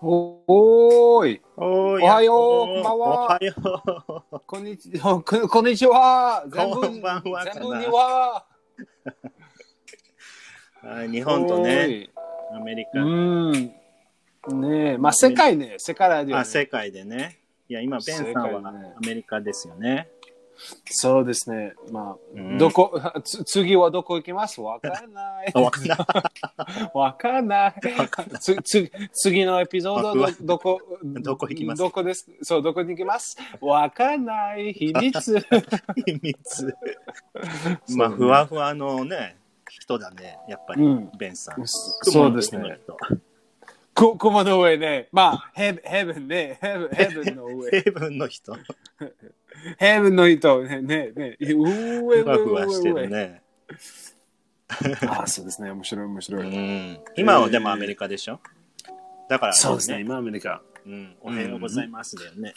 おおーい、おおはようこんばんおははよう。こんにち は、ここんにちは。全部こんばんは全かな部には。はい日本とね、アメリおーカ、い。うん。ねえ、まあ世界ね、世界ラジオ、あ、ね。世界でね。いや、今、ベンさん世は界ねアメリカですよね。そうですね。まあ、うんどこ、 つ次はどこ行きますわからない あ、。わかんない。わからない。つつ次のエピソードわどどこ、どこ行きますどこです。そう、どこに行きますわからない。秘 密。秘 密。まあ、ふわふわのね、人だね、やっぱり、うんベンさん。そそうですね。雲のこ雲の上ね。まあ、ヘブヘブンね。ヘブヘブンの上人。。ヘブンの人。ふヘブンの人、ね、ね、ね、うえ、うえ、わふわしてるね。ああ、そうですね、面白い、面白うい。ん。今はでもアメリカでしょだから、そうですね、。今アメリカ。うん。おはようございますだよね。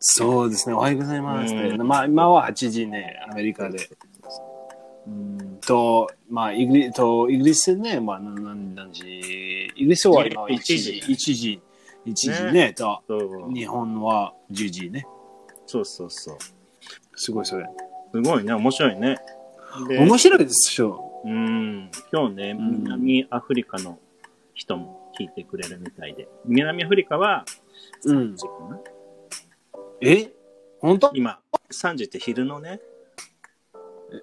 そうですね、おはようございます。うんまあ、今は8時ね、アメリカで。うんと、まあ、イギリとイギリスね、まあ、な何何時イギリスは今1時、1時、1時ね、と、そう日本は10時ね。そうそうそう。すごい、それ。すごいね、面白いね。で面白いですよ。うん、今日ね、ん南アフリカの人も聞いてくれるみたいで。南アフリカはうん3時かな、え本当今、3時って昼のね、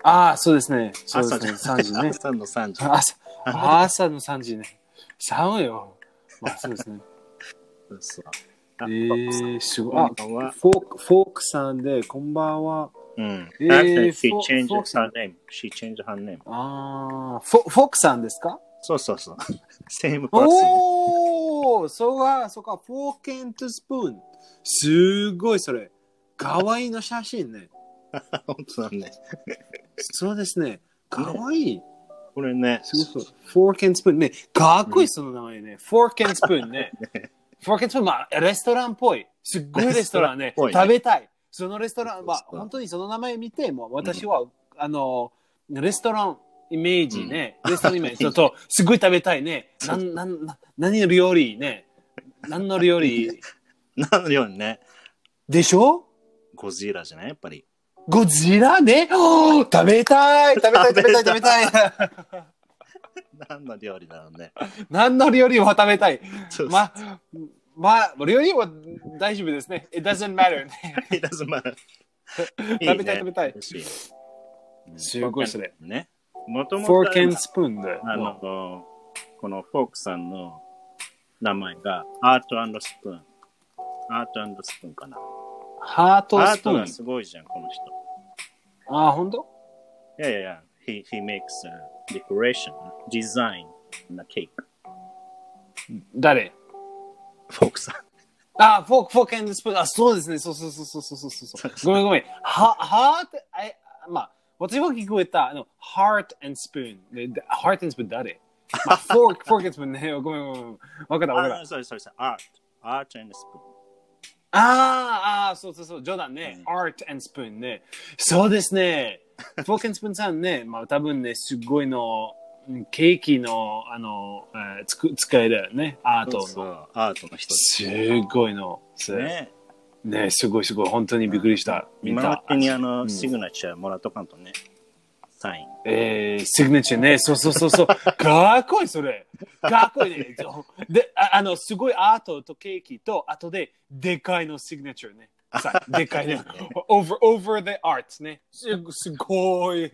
ああ、そうですね。そう朝でじゃすね、3時なねい、。 朝の3時。朝 朝の3時ね。寒いよ。まあ、そうですね。そうそうえ あー、すごい。あこんばんは。フォーク、フォークさんで、こんばんは。うん。えー Actually, she フォ changed フォークさ her name. She changed her name. ああ、フォフォークさんですかそうそうそう。Same person. おおそうか、そうか、フォークエントスプーン。すごい、それ。かわいいの写真ね。本当だね。そうですね。かわいい。これね、すごそう。フォークエントスプーンね。かっこいい、その名前ね。フォークエントスプーン ね。フォークエントスプーン、まあ、レストランっぽい。すっごいレストランね。レストランっぽいね食べたい。そのレストランは、そうそう本当にその名前見て、もう私は、あの、レストランイメージね。レストランイメージ。そうそう。すっごい食べたいね。なん、なん、な何の料理ね。何の料理。なのようにね、でしょゴジラじゃないやっぱり。ゴジラね。おー 食べたい食べたい食べたい食べたい。 何の料理だろうね。何の料理も食べたい。そうま、まあ、料理は大丈夫ですね。It doesn't matter ね。 It doesn't matter. べたい食べたい美味しいすごいそれ。ね。もとフもォーとクンスプーンで。あの、このフォークさんの名前がアートスプーン。アートスプーンかな。ハートアスープトーがン。すごいじゃん、この人。あ、本当いやいやいや、he, he makes a decoration, design on a cake. 誰フォークさん。あ、フォーク、フォークンスプーン。あ、そうですね。そうそうそうそうそうそうそう。ごめんごめん。は、ハート、あ、まあ、私は聞こえた。あの、ハートスプーン。で、でハートスプーン誰まあ、フォーク、フォークスプーンね。ごめんごめんごめん。わかったわかったあ、。そうそうそう、アート。アートスプーン。あーあー、そうそうそう、ジョーダンね、う Art and Spoon ね。そうです ね。フォーケンスプーンさんね、まあ多分ね、すごいの、うんケーキの、あの、えーつく使えるね、アートそうの。そう、アートの人ですすごいの。すねね。すごいすごい、本当にびっくりした。見今また。でにあの、シグナチャーもらっとかんとね。サイン。えー、シグネチャーね、そうそうそうそう。 かっこいい、それ。かっこいいね。で、ああの、すごいアートとケーキと、あとで、でかいのシグネチャーね。さでかい ね。over, over the art ね。すすごい。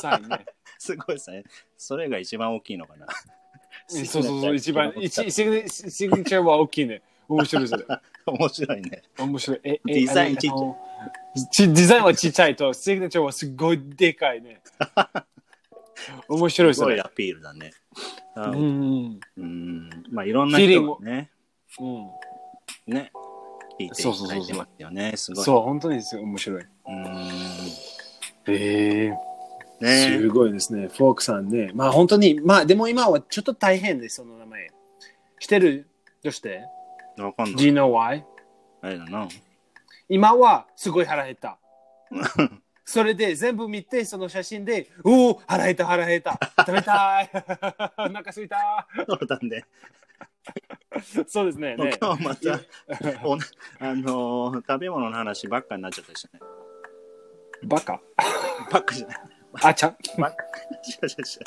サインね。すごいですね。それが一番大きいのかな。 そうそうそう、一番、一シグネシグネチャーは大きいね。面白い、それ。面白いね。面白い。え、え デザインあのちデザインはちっちゃいと、シグネチャーはすごいでかい ね。面白い、すそごいれア。ピールだね。あう。うんん。まあ、いろんな人がね、うんね、聞いてそうそうそうそういてますよね。すごい。そう、本当にですよ面白い。うん。ええねすごいですね。フォークさんね。まあ本当に、まあでも今はちょっと大変です、その名前。してるどうしてわかんな ?Do you い。 know why? あれだな。今はすごい腹減 った。それで全部見て、その写真で、おお、腹 減った、腹減った、食べたい、お腹すいた。そうだね。そうですね。もうね今日また、おなあのー食べ物の話ばっかになっちゃったしね。バカばっかじゃない。あちゃんばっかじゃじゃじゃ。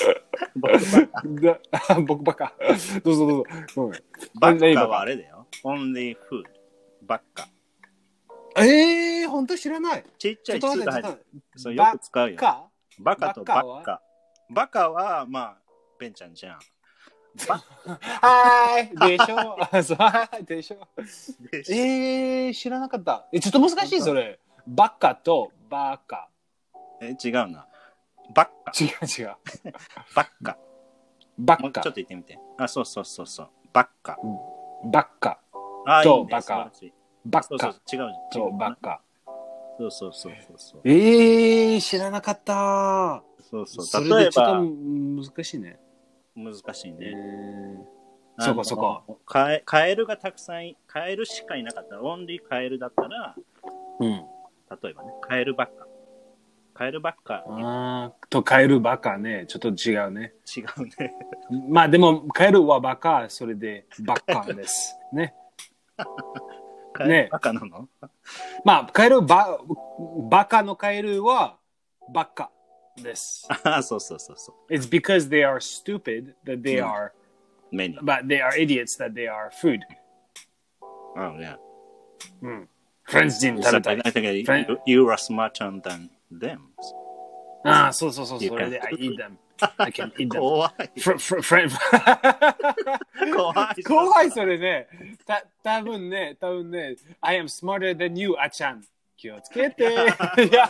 僕ばっかだあ 僕バカ。どうぞどうぞ。ごめんばっかはあれだよ。only food。ばっか。ええー、本当知らない。ちっちちゃょいっとつ待っがて、ちょっ入と待。るって。そうよく使うよ。かバカとバカバはッカ。バカは、まあ、ベンちゃんじゃん。バはーい。でしょ あそうはーいでしょッでしょええー、知らなかった。え、ちょっと難しい、それ。バカとバカ。え、違うな。バッカ。違う違う。バッカ。バもうちょカっ。と言ってみて。あ、そうそうそうそう。バッカ。バカ。あ、いいとね。バカ素晴らしいバそうそうカ。、違う。と違うバカ。そうそうそうそうそう。ええー、知らなかった。そうそう。それ例えでちょっとば、難しいね。難しいえね。ーあそのこそこ。カエカエルがたくさんい、カエルしかいなかったら、オンリーカエルだったら、うん。例えばね、カエルばっか。カエルばっか、あーとカエルバカね、ちょっと違うね。違うね。まあでもカエルはバカ、それでバカです。ね。カエルばっかなのまあカエルババカのカエルはバカです。あ、そうそうそうそ It's because they are stupid that they うん are, う。メニュー。 but they are idiots that they are food. あ、ね。うん。フランス人 So 食 I べたい。 think Friend- you, you are smarter than them. ああ、そうそうそう、 You それで can. I eat them. I can eat them. 怖い。フフフレン怖い。怖いそれね。た多分ね、多分ね、I am smarter than you, あちゃん。気をつけて。いや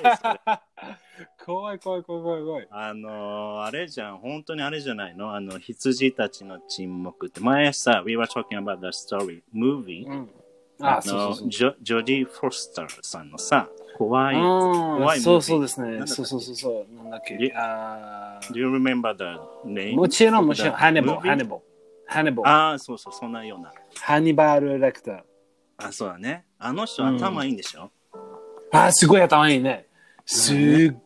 怖い怖い怖い怖い怖い。あのー、あれじゃん、本当にあれじゃないのあの、羊たちの沈黙って。前さ、We were talking about that story, movie. うん。あのあ、そうそうそう。ジョジョディ・フォスターさんのさ、怖い。あ怖あ、い。そうそうですすね。そうそうそうそう。なんだっけえ。あ Do you remember the あ。 name? もちろんもちろん。 Movie？ハネボル、ハネボル。ハネボル。ああ、そうそう、そんなような。ハニバール・レクター。あ、そうだね。あの人、うん頭いいんでしょ、あーすごい頭いいね。すっ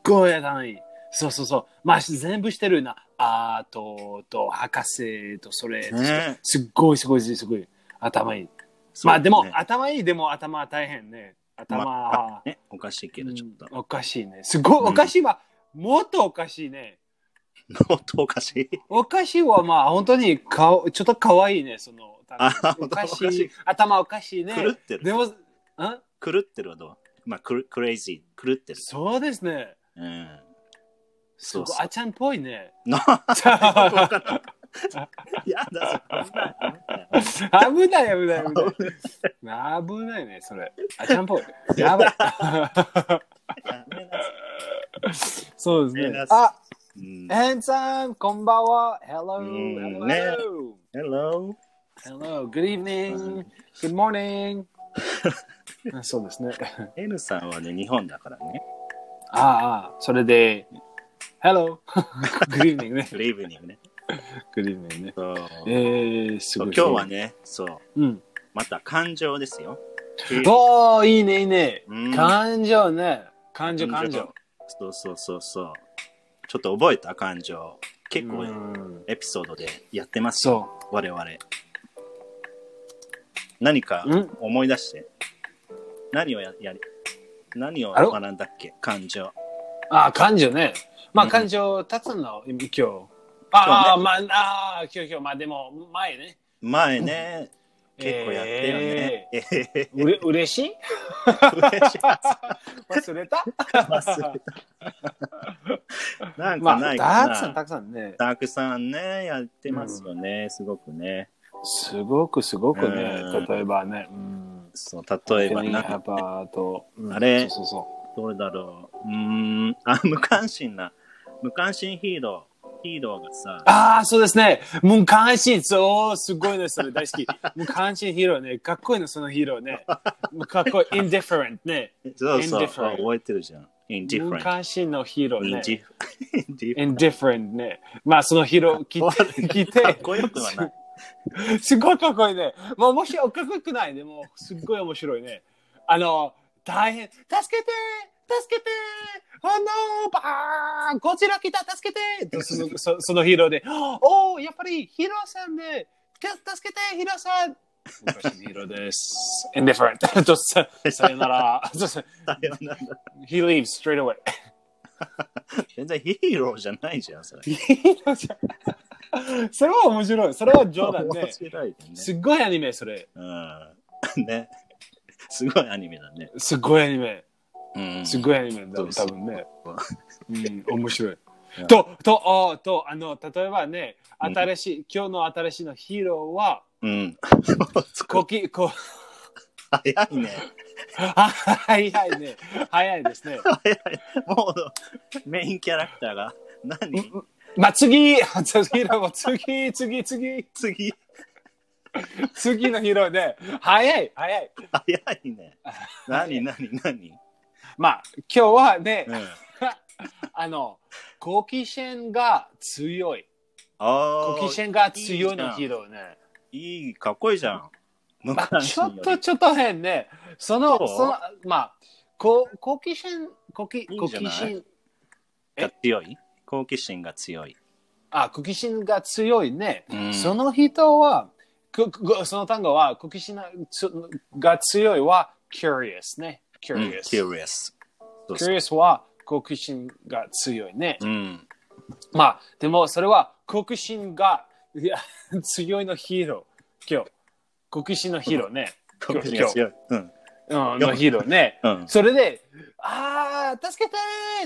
ごい頭いい。そうそうそう。まあ、全部してるな。アートと博士とそれ、ねすっごいすごいすごい。頭いい。そうまだあねでも、頭いいでも頭は大変ね。頭、まあね、おかしいけうど、んちょっと。 おかしいね。すごい、うんおかしいは、もっとおかしいね。もっとおかしい。おかしいはまあ本当に顔、ちょっと可愛いね。その、あお本当かしおかしいい。頭おかしいね。狂ってるでも、ん狂ってるはどうまあ、クルクレイジー、狂ってる。そうですね。うん。 すごそいうそうあちゃんっぽい ね。なやだ、危ない危ない危ない。危ないね、それ。あちゃんぽい。やばい。 やめなさいそうですえねな。あ、うんヘンさん、こんばんは。Hello, うん hello, ね Hello? hello, good う evening, good morning. あそうですね。 N さんはね、日本だからね。ああ、それで、Hello, good evening ね。 Good evening ね。 good evening ね。そうえー、すそごうい。今日は。ね、そう、うん。また感情ですよ。おー、いいね、いいねうん。感情ね。感情、感情。。そうそうそうそう。ちょっと覚えた感情。結構うんエピソードでやってますよ。そう。我々。何かうん思い出して。何をややり、何をあら学んだっけ感情。ああ、感情ね。まうあ、ん感情立つの、今日。ああ、今まあ、ああ、今日今日、まあでも、前ね。前ね、結構やってよね。えへへうれ嬉しい 嬉しい忘れた 忘れた。なんまかあ、ないかたくなさ、んたくさんね。たくさんね、やってますよね、すごくね。すごくすごくねうん、例えばね。うん。そう、例えばペニーハな、バーと、うんあれそうそうどれだろう。うーん、あ、無関心な、無関心ヒーロー、ヒーローがさ、ああ、そうですね。無関心、そう、すごいね、それ大好 き。無関心ヒーローね。かっこいいの、そのヒーローね。かっこい い。indifferent ね。そうそう、 indifferent 覚えてるじゃん。無 indifferent。関心のヒー ローね。 indif- indifferent indifferent ね。まあ、そのヒーロ ー聞いて、聞いてかっこよくはない。 すごいかっこいいね。もう面白い、かっこよくないね。もう、すっごい面白いね。あの、大変。助けて助けてあのバー ンこちら来た助けてそのそそのヒーローで、おおやっぱりヒーローさんで、助けて、ヒロさん昔のヒロ です。indifferent. とささよなら。そうそうさよなら He leaves straight away. 全然ヒーローじゃないじゃん、それ。 それは面白い。それは冗談で面。白いよすっごいアニメ、それ。ね。うん。ね。 すごいアニメだね。すっごいアニメ。うんすっごいアニメだ、そうそ多う分ね。うん、面白いうん。と、と、あと、あの、例えばね、新しい、今日の新しいのヒーローは、うん。こき、こ、早いね。あ 早いね。早いですね。早い。もうメインキャラクターが何まあ、次、 次の、次、次、次、次次のヒーローで、早い、早い。早いね。 何何何まあ、今日はね、うん。 あの、好奇心が強い。あ好奇あ、心が強いのヒーローね。いい、かっこいいじゃん。まあ、昔ちょよっりとちょっと変ね。その、そうその、まあ、こ好奇心、好奇いいん好じゃな奇い心、が強い好奇心が強い。あ、好奇心が強いね。うんその人は、ここその単語は、好奇心がつが強いは、curious ね。うん curious。 curious。そうそう curious は、好奇心が強いね。うん。まあ、でもそれは好奇心がいや強いのヒーロー。今日。好奇心のヒーローね。好奇心が強い。うん。うん、のヒーローね。うん。それで、ああ、助けて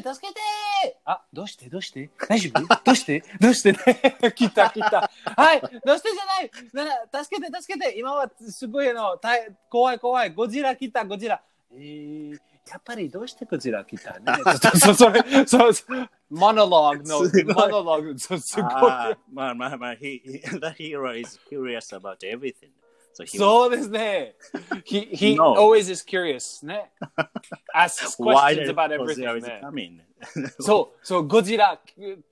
ー助けてーあ、どうしてどうして大丈夫どうしてどうして ね来た来た。はい、どうしてじゃないなな助けて助けて今はすごいあの大怖い怖い。ゴジラ来たゴジラ。えー、やっぱりどうしてゴジラ来 たねそそそれ、そう、そうモノローグのすご、いモノローグ、そう すごい。あーまあまあまあ、he, he, the hero is curious about everything. So he そうですね。He, he No. always is curious ね。Asks why questions did about Godzilla everything is ね。 coming? そう、そう、ゴジラ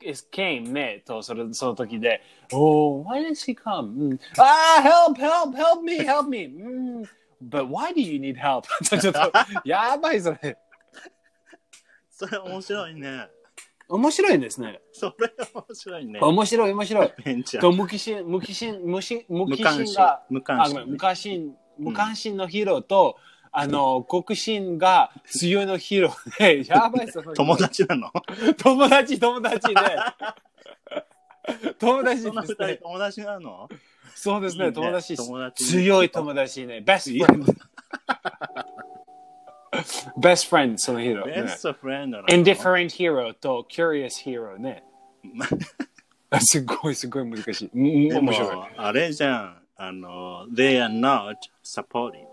is came ね、と、それ、その時で、Oh, why did she come? うんああ、help, help, help me, help me! うん But why do you need help? ちょちょっと、やばいそれ。それ面白いね。面白いですね。それ面白いね。 面白い、面白い。ベンチャと、ー。無機心、無機心、無心、無無機関心心が。。無あ関ごめん心無。関心無関心のヒーローと、あの国心が強いのヒーロ ーでやばいその友達な の友達友 達で友達そでの二す人ね友達な のそうですいいねね友達友達強い友達ね best friend best friend そのヒーロー、ね ?Best friend なの indifferent hero と curious hero ねすごいすごい難しいむで面白いも、あれじゃん。あの、they are not supportive.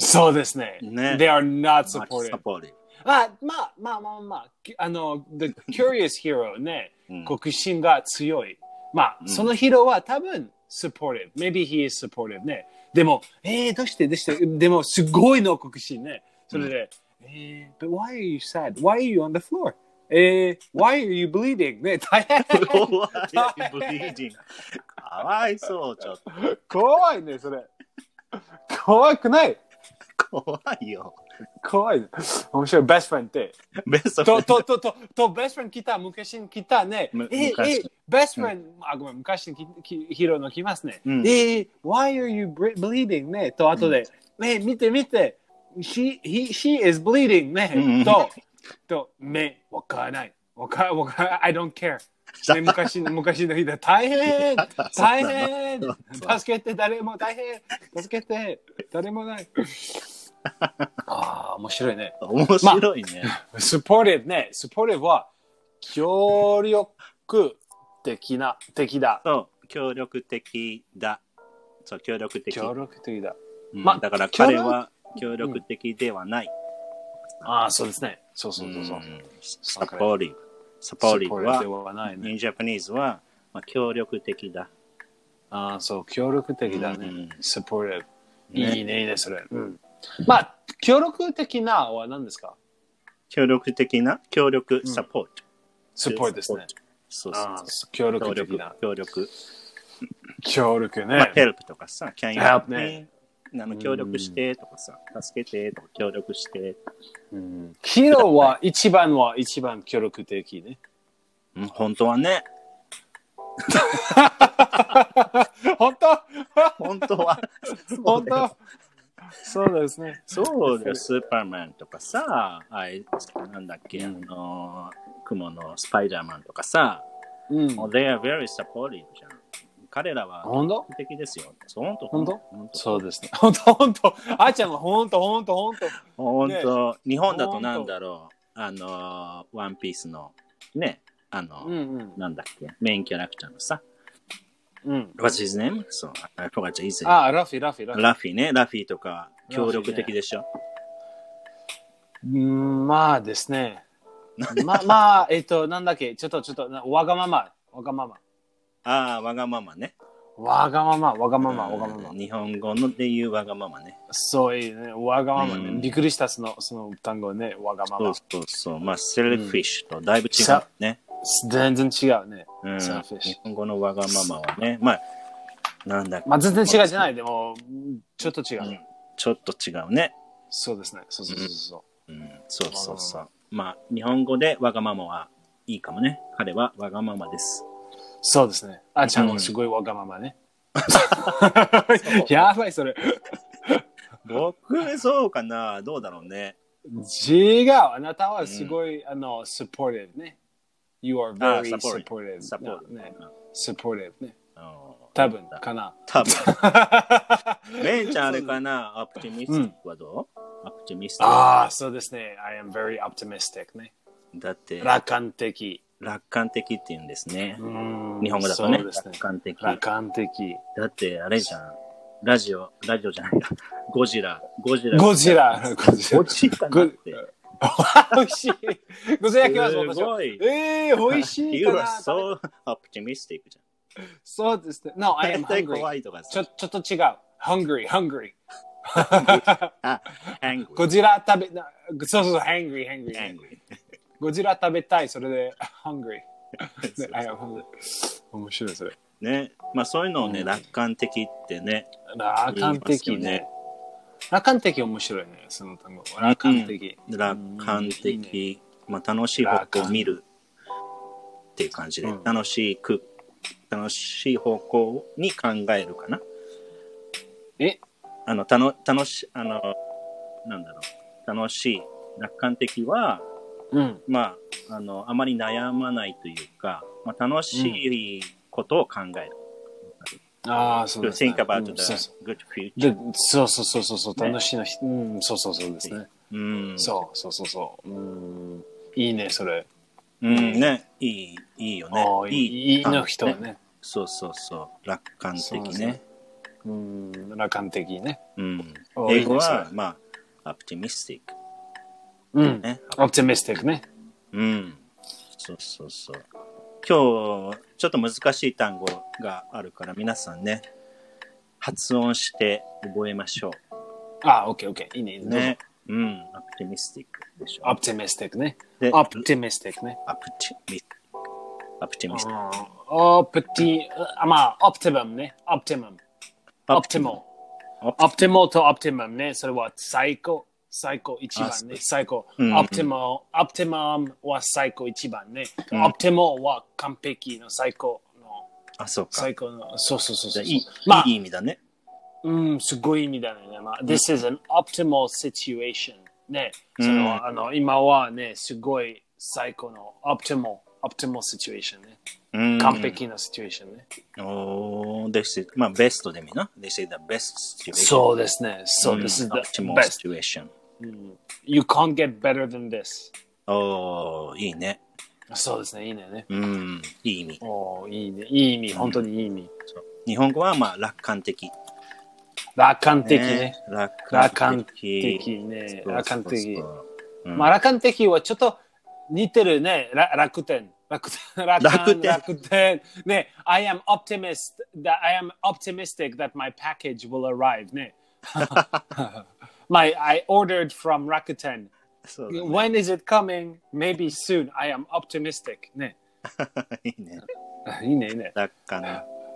そうですねね they are not Not supported supportive. まあまあまあまあまあ、きあの、The Curious Hero ね、うん国心が強い。まあ、んそのヒーローは多分、supportive。Maybe he is supportive ね。でも、えー、どうしてどうしてでも、すごいの国心ね。それで、えー、But why are you sad? Why are you on the floor? えー、Why are you bleeding? ね、大変。怖い、 ブリーディング。かわいそう、ちょっ怖いね、それ。怖くないと。怖いよ。怖い、ね。面白い。best friend って。ベストフレと、ンと、ド。と、と、と、ベストフレンド来た、昔に来たね。むえ、え昔、ベストフレンド、あ、ごめん、昔にききヒーローの来ますね。うんえ、why are you ble- bleeding? ね、と、後で、ね、見て見て、she, he, she is bleeding うんね。と、と、目、わからない。わから、わから、I don't care。ね、昔の、昔の日だ。大 変大変助けて、誰も大変助けて、誰も ない。ああ、面白いね。面白い ね。 supportive ね、supportive は協力的な、的だ。そう、協力的だ。そう、協力的。協力的だ。うんまだから協力彼は協力的ではない。ああ、そうですね。そうそうそうそう。サポーリブ。サポーリブ supportive では、はないね。 in Japanese は、まあ、協力的だ。ああ、そう、協力的だうんね。supportive。ねいいね、いいね、それ。うんまあ、協力的なは何ですか協力的な協力、サポート。 ?support ですね。。そうそああう。協協力的力な。、協力。協力まあね、。 help とかさ、can you help help ね me? あの協力してとかさ、助けてとか、協力して。うんヒーローは一番は一 番協力的ね。うん、本当はね。本当本当は。 本当 そうですね。そうだよ、スーパーマンとかさ、あいなんだっけ、あの、雲のスパイダーマンとかさ、うん。もう they are very supportive じゃん。彼らは本当完璧ですよ。本当本当本当そうですね。 本当本当あーちゃんは本当本当本当本当、日本だとなんだろう、あの、ワンピースの、ね、あの、うんうん。なんだっけ、メインキャラクターのさ、うん。 What's his name? そう、I forgot his name. ああ、ラフィ、ラフィ、ラフィ。ラフィね、ラフィとか協力的でしょ。うんまあです ね。まあ、まあ、えっと、なんだっけ、ちょっと、ちょっと、なわがまま、わがまま。ああ、わがままね。わがまま、わがまま、うわんがまま。日本語のでいうわがままね。そういいね、わがままね。うんびっくりした、その、その単語ね、わがまそまう。そうそう。まあ、セルフィッシュとだいぶ違うさね。全然違うね。うん、セルフィッシュ日本語のわがままはね。まあ、なんだっけまあ、全然違うじゃない、でも、ちょっと違う。うんちょっと違うね。そうですね。そうそうそうそう。うん、そうそうそう。まあ、日本語でわがままはいいかもね。彼はわがままです。そうですね。あーちゃんうもんすごいわがままね。 やばい、それ。僕、そうかな。どうだろうね。違う。あなたはすごい、あの、supportive ね。You are あ very サポー supportive. ト。サポート。ねね。。 supportive ね。うん多分かな。多分。ベンちゃんあれかなアプティミスティックはどう、アプティミスティ ッああ、そうですね。I am very optimistic ね。ク。だって、楽観的。楽観的って言うんですね。日日本語だとね。そうです楽ね。観的。楽観的。だって、あれじゃん。ラジオ、ラジオじゃないか。ゴジラ、ゴジラ。ゴジラ。ゴジラゴ。ジラだって。 美味しい。ゴジラ来ます、私すは。ごい。ええー、美味しいか You are な。 so optimistic じゃん。そうですね。No, I am 絶対 hungry. 怖いとかちょ、さ。ちょっと違う。hungry, hungry. あ、angry。ゴジラ食べ、なそうそうそう、hungry, hungry. angry。ゴジラ食べたい、それで、hungry. そねう I am hungry. 面白い、それ。ね。まあそういうのをね、うん楽観的ってね。楽観的言いますよねね。楽観的面白いね、その単語。楽観的。楽観うんいいね的、まあ、楽しい方向を見るっていう感じで、うん楽しく楽しい方向に考えるかなえあのたの楽しあのなんだろう楽しい楽観的はうん。まああのあまり悩まないというか、まあ、楽しいことを考える、ああ、そう To ですね。 think about うん the そうそう good future、でそうそうそうそうそう、ね楽しいのひ、うん、そうそうそうですね。うんそうそうそうそう。うん、いいね、それ。うんねいいいいよねああいいいいの人はね。そうそうそう楽観そうで的すねねうん、楽観的ね。うんお英語いいではす、ねまあ、アプティミスティッうんク。ね。オプティミスティックね。うん。そうそうそう。今日、ちょっと難しい単語があるから、皆さんね、発音して覚えましょ。ああ、オッケーオッケー。いいね、いいうね。ね。うん、アプティミスティックでしょ。オプティミスティックね。でオプティミスティックね。アプティミアプティミスティッオプティ、あまあ、オプティマムね。オプティマム。ク。オプティモ。オプティモとオプティマムね。それは最高。最高一番ね。あ最高。うんオプティモ、オプティマムは最高一番ね。うんオプティモは完璧の最高の。あ、そうか。最高の。そうそうそうじそゃあう。いい、まあいい意味だね。うん、すごい意味だね。まあ、This is an optimal situation. ね、うんそのあの今はね、すごい最高の optimal, optimal situation ね。うん完。璧な situation ね。おー、です。まあ、ベストでみな。They say the best situation. そうですね。そう、ん this is the optimal best. situation. You can't get better than this. おー、いいね。そうですね、いいねね。うん、いい意味。おーいいね、いい意味、本当にいい意味。日本語はまあ楽観的。楽観的ね。楽楽観観的。的ね。そうそうそう楽観的。。うんまあ、楽観的はちょっと似てるね。ら楽天。楽天。楽楽天。天楽天。ね。I am optimist that I am optimistic that my package will arrive ね。my I ordered from Rakuten. そうだね When is it coming? Maybe soon. I am optimistic ね。いいね。あいいねいいね。楽観。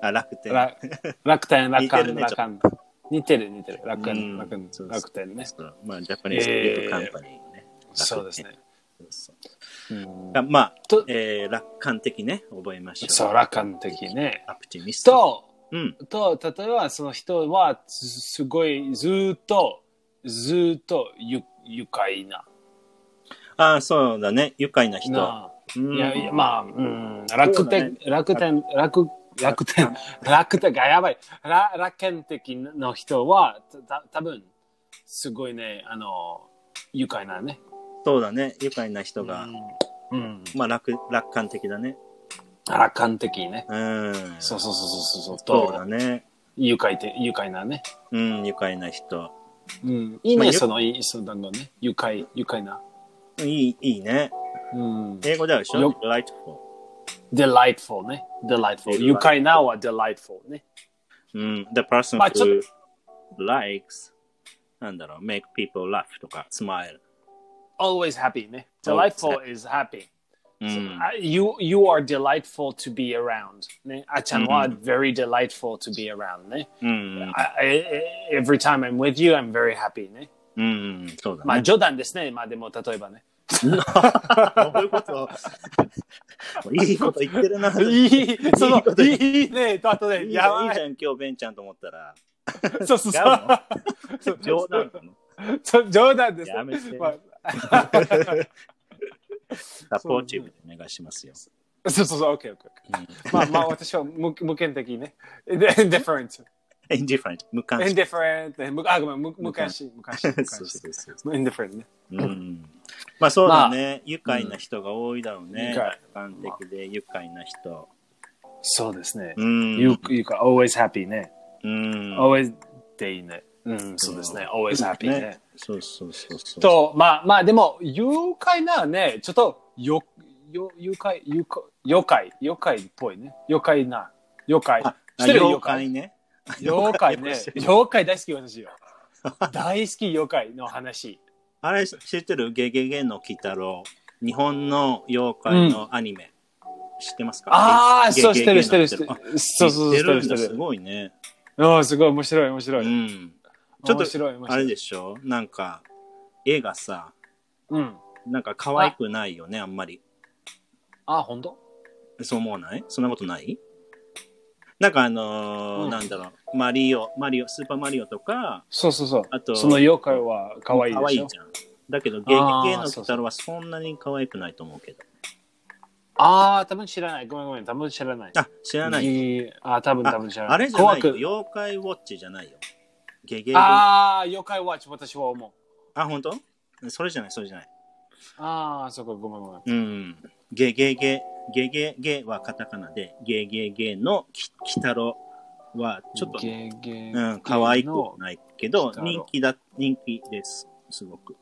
あ、楽天。ら楽天楽似て観るね楽観。似てる似てる。楽う天ん楽そ天うそう楽天ね。そうまあ、ジャパニーズビールカンパニーね。楽天そうですね。。そうそう。うんがまあ、と、えー楽観的ね、覚えましょう。そう、楽観的ね。アプティミスト。と、うん。と、例えばその人はすすごいずーっと、ずーっとゆ愉快な。ああ、そうだね。愉快な人。なうんいやいや、まあ、うん、楽天、楽天、楽、楽天、楽天がやばい。ら楽天的の人は、た多分すごいね、あの、愉快なね。そうだね。愉快な人が、うん、うんまあ楽、楽観的だね。楽観的ね。うん。そうそうそうそうそう。そうとだ、ね。愉快て、愉快なね。うん、愉快な人。うん。いいまあね、ゆその、いい、その単語ね。愉快、愉快な。いい、いいね。うん。英語ではでしょよ ?delightful。 delightful ね。delightful。愉快なは delightful ね。うん。the person まあちょ who likes, なんだろう、make people laugh とか、smile。 always happy ね。 Always delightful is happy. う So, ん。 I- you, you are delightful to be around. ね。あちゃんは very delightful to be around ね。うん。 I- I- every time I'm with you, I'm very happy ね。うん。そうだまあね。冗談ですね。まあでも例えばね。 どういうこといいこと言ってるな。い い、そいいのこと、言ういいね。とあといで、いじゃやんいいばじい。ゃん、今日、ベンちゃんと思ったら。そうそうそう。冗談な のそう冗談です。やめてま サポーティブでお願いしますよ。あ、そうそうそう、OK、OK。まあまあ、私は無無権的ね。で indifferent。 indifferent、無 関心。 indifferent ね。むあ、ごめん、む昔、昔。 そう昔そうそう。 indifferent ね。うんまあそうだね、愉快な人が多いだろうね。うん楽観的で愉快な人。そうですねう。ん。 You you are always happy ね。うん。 always でいいね。うん、そうですね。always happy ね。。そうそうそうそう。と、まあまあ、でも、誘拐なね、ちょっと、よ、よ、誘拐、誘拐、妖怪、妖怪っぽいね。妖怪な。妖怪。あ、知ってる妖妖怪怪。ね。妖怪ね。妖怪大好き、私よ。 大好き、妖怪の話。あれ知ってるゲゲゲの鬼太郎。日本の妖怪のアニメ。知ってますかああ、ゲそう、してる、ゲゲしてる、してるの鬼太郎。そうそう、知っしててるる、んだしてする。ごいね。うん、すごい、面白い、面白うい。ん。ちょっと面白い、面あ白れい。でしょなんか、絵がさ、うん。なんか可愛くないよね、あんまり。あ、本当そう思わないそんなことないなんかあのーうんなんだろう、マリオ、マリオ、スーパーマリオとか、そうそうそう。あとその妖怪は可愛い可で愛しいょじゃん。だけど、ゲゲゲのあーそう鬼そう太郎はそんなに可愛くないと思うけど。ああ、多分知らない。ごめんごめん。多分知らない。あ、知らない。い。あー、多分多分知らない。あれじゃないよ。怖く妖怪ウォッチじゃないよ。ゲゲゲ。あ、ああ、妖怪ウォッチ、私は思う。本当？それじゃない、それじゃない。ああ、そこ、ごめんごめん。うん。ゲゲゲ、ゲゲゲはカタカナで、ゲゲゲのき鬼太郎はちょっと、ゲゲうん、可愛くのないけどゲ、ゲの人気だ、人気です。すごく。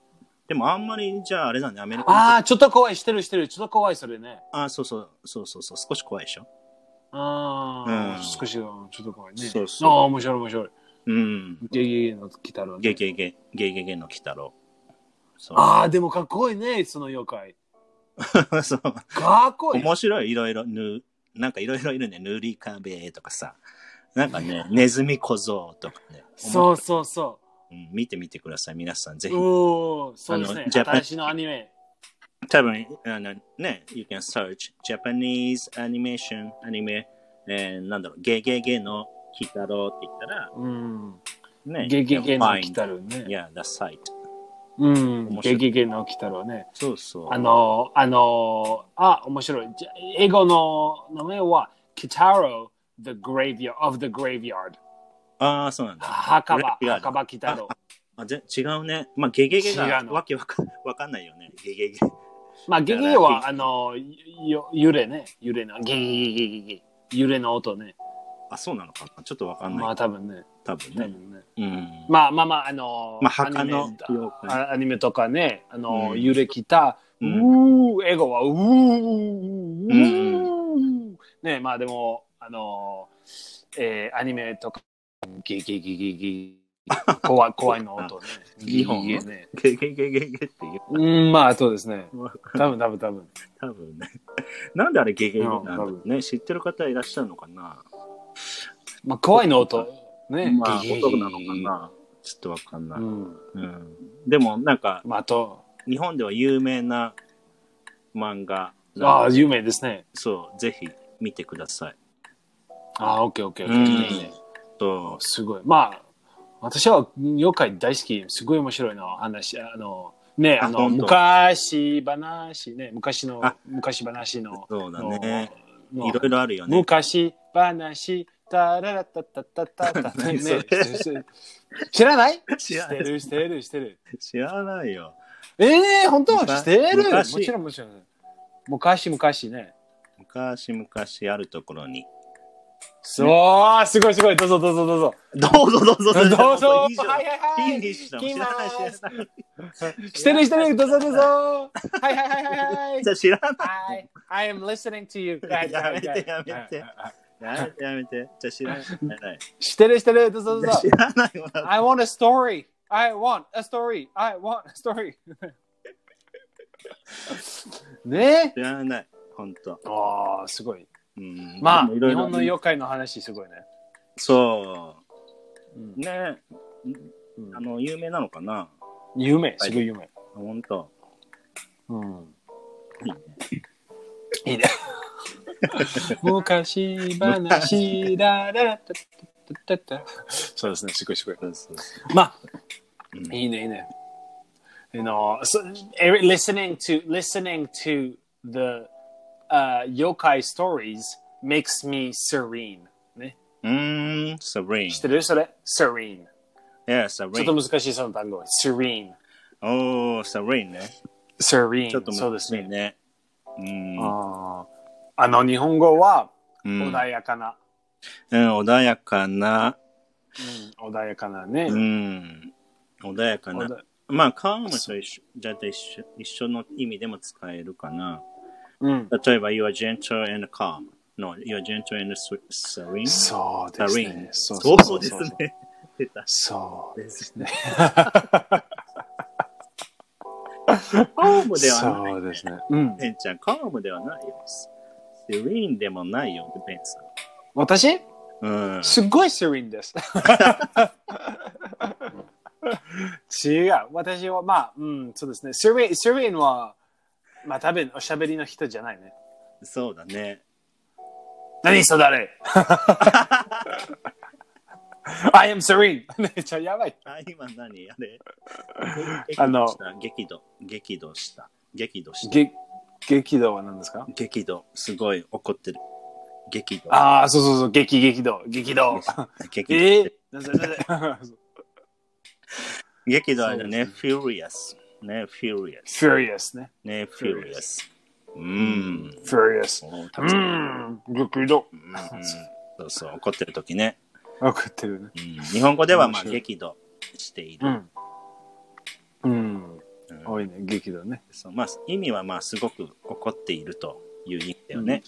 でもあんまり、じゃああれだね、アメリカのああ、ちょっと怖い、してるしてる。ちょっと怖い、それね。あ、そうそう、そうそうそう、少し怖いでしょ。ああ、うん少し、ちょっと怖いね。そうそうああ、面白い面白い。うん。ゲゲゲの鬼太郎ね。ゲゲゲ、ゲゲゲの鬼太郎。そう。ああ、でもかっこいいね、その妖怪。 そう。かっこいい。面白い、いろいろ、ぬ、なんかいろいろいるね。塗り壁とかさ。なんか ね、ネズミ小僧とかね。そうそうそうん、見てみてください、皆さん。ぜう。ひ。おお、そうですあねの。ジャパン新しいのアニメ。多分、あのね、you can search Japanese animation, アニメ、えー、なんだろう、ゲゲゲの鬼太郎って言ったら、うん。ね、ゲゲゲの you 鬼 can 太郎ね find-。Yeah, the site. うん面、白いゲゲゲの鬼太郎ね。そうそう。あ、の、あの、あ、面白い。じゃ英語の名前は、キタロ the graveyard of the graveyard。ああ、そうなんだ。墓場、 Graveyard 墓場キタロ。あぜ違うね。まあ、ゲゲゲが違うのわけわかんわかんないよね。ゲゲゲ。まあ、ゲゲゲは、あの、よ揺れね。揺れの、ゲゲゲゲゲゲ。揺れの音ね。あ、そうなのかな。ちょっとわかんない。まあ、多分ね。多分多ね。分ね。うん。まあまあまあ、あの、まあ墓アのニメ妖怪あアニメとかね、あの、うん揺れきた、ううんー、英語は、うー、うー、うね、まあでも、あの、えー、アニメとか、ギギギギギ、怖い、怖いの音ね。日本ギギギね。ゲゲゲゲゲっていう。うん、まあ、そうですね。多分、多分、多分。多分ね。なんであれゲゲゲなんだうろん多うね。知ってる方いらっしゃるのかな。まあ、怖いの音。ね、まあ、ギギギ。男なのか。な。ちょっとわかんないうん。うん。でも、なんか、まあ、あと、日本では有名な漫画ああ、有名ですね。そう、ぜひ見てください。ああ、オッケーオッケーオうッケー。ん。と、すごい。まあ、私は妖怪大好き、すごい面白いの話。あの、ね、ああの、本当昔話ね、昔のあ、昔話の。そうだねの。いろいろあるよね。昔話、たららたたたたたたね 何それ知らない知しらなている、してる、してる。知らないよ。ええ本当昔してるも昔ちろん、もちろん。昔、昔ね。昔々あるところに。そう、すごい、すごい。どうぞ、どうぞ、どうぞ。どうぞどうぞどうぞいいじゃんはいはいはいいいね知らない行きます知ら ないしてる、してる、どうぞ、どうぞ。はい、はい、はい、はいはい。じゃあ知らない I, I am listening to you. やめてやめて。やめてやめて。じゃあ知らない。知らないしてるしてる。どうぞどうぞ 知。らないわ。 I want a story. I want a story. I want a story. ね知らない。本当。ああ、すごい。うんまあ、でも日いろいろ本の妖怪の話すごいね。そうう。んねうんあの、有名なのかな有名、すごい有名。本当。うんいいねいい ね。昔話だらたたたた。そうですね、すごいすごい。そうそうそまあ、ううんいいね、いいね。You know, so, every- listening to listening to the uh, yokai stories makes me serene. ね、うーん、サブリン。知ってるそれ serene. え、サブリン。ちょっと難しいその単語。serene. おー、サブリンね。 serene. ちょっと難しいそうですね。ね。うん。うんあの日本語は穏やかな、うん、穏やかなね、うん、穏やかな。うん。穏やかな。まあ、カームと一緒、じゃあ一緒一緒の意味でも使えるかな。例えば、you are gentle and calm. No, you are gentle and s- serene. そうですね serene. そうですね。出たそうです ね。カームではな い。そうです ね。うん。ベンちゃん、カームではないよ。serene でもないよ、ベンさん。私、うん。すっごいセリンです。違う。私は、まあ、うん、そうですね。セリン、セリンは、まあ、多分、おしゃべりの人じゃないね。そうだね。何それ誰 ?I am serene! めっちゃやばい。あ、今何あ れあの激怒した。激怒した。激怒した。げ激怒は何ですか激怒。すごい怒ってる。激怒。ああ、そうそうそう、激激怒、激怒。激怒。えー、なぜな ぜ激怒あれだね。そ furious。ね、furious。 ?Furious ね。ね、 Furious furious。うん。 Furious。もうたうくさんん、激怒。うんそうそう、怒ってる時ね。分かってるね。うん日本語では、まあ、面白い激怒しているう。ん。うん。うん多いね、激怒ね。そうまあ、意味は、まあ、すごく怒っているという意味だよね。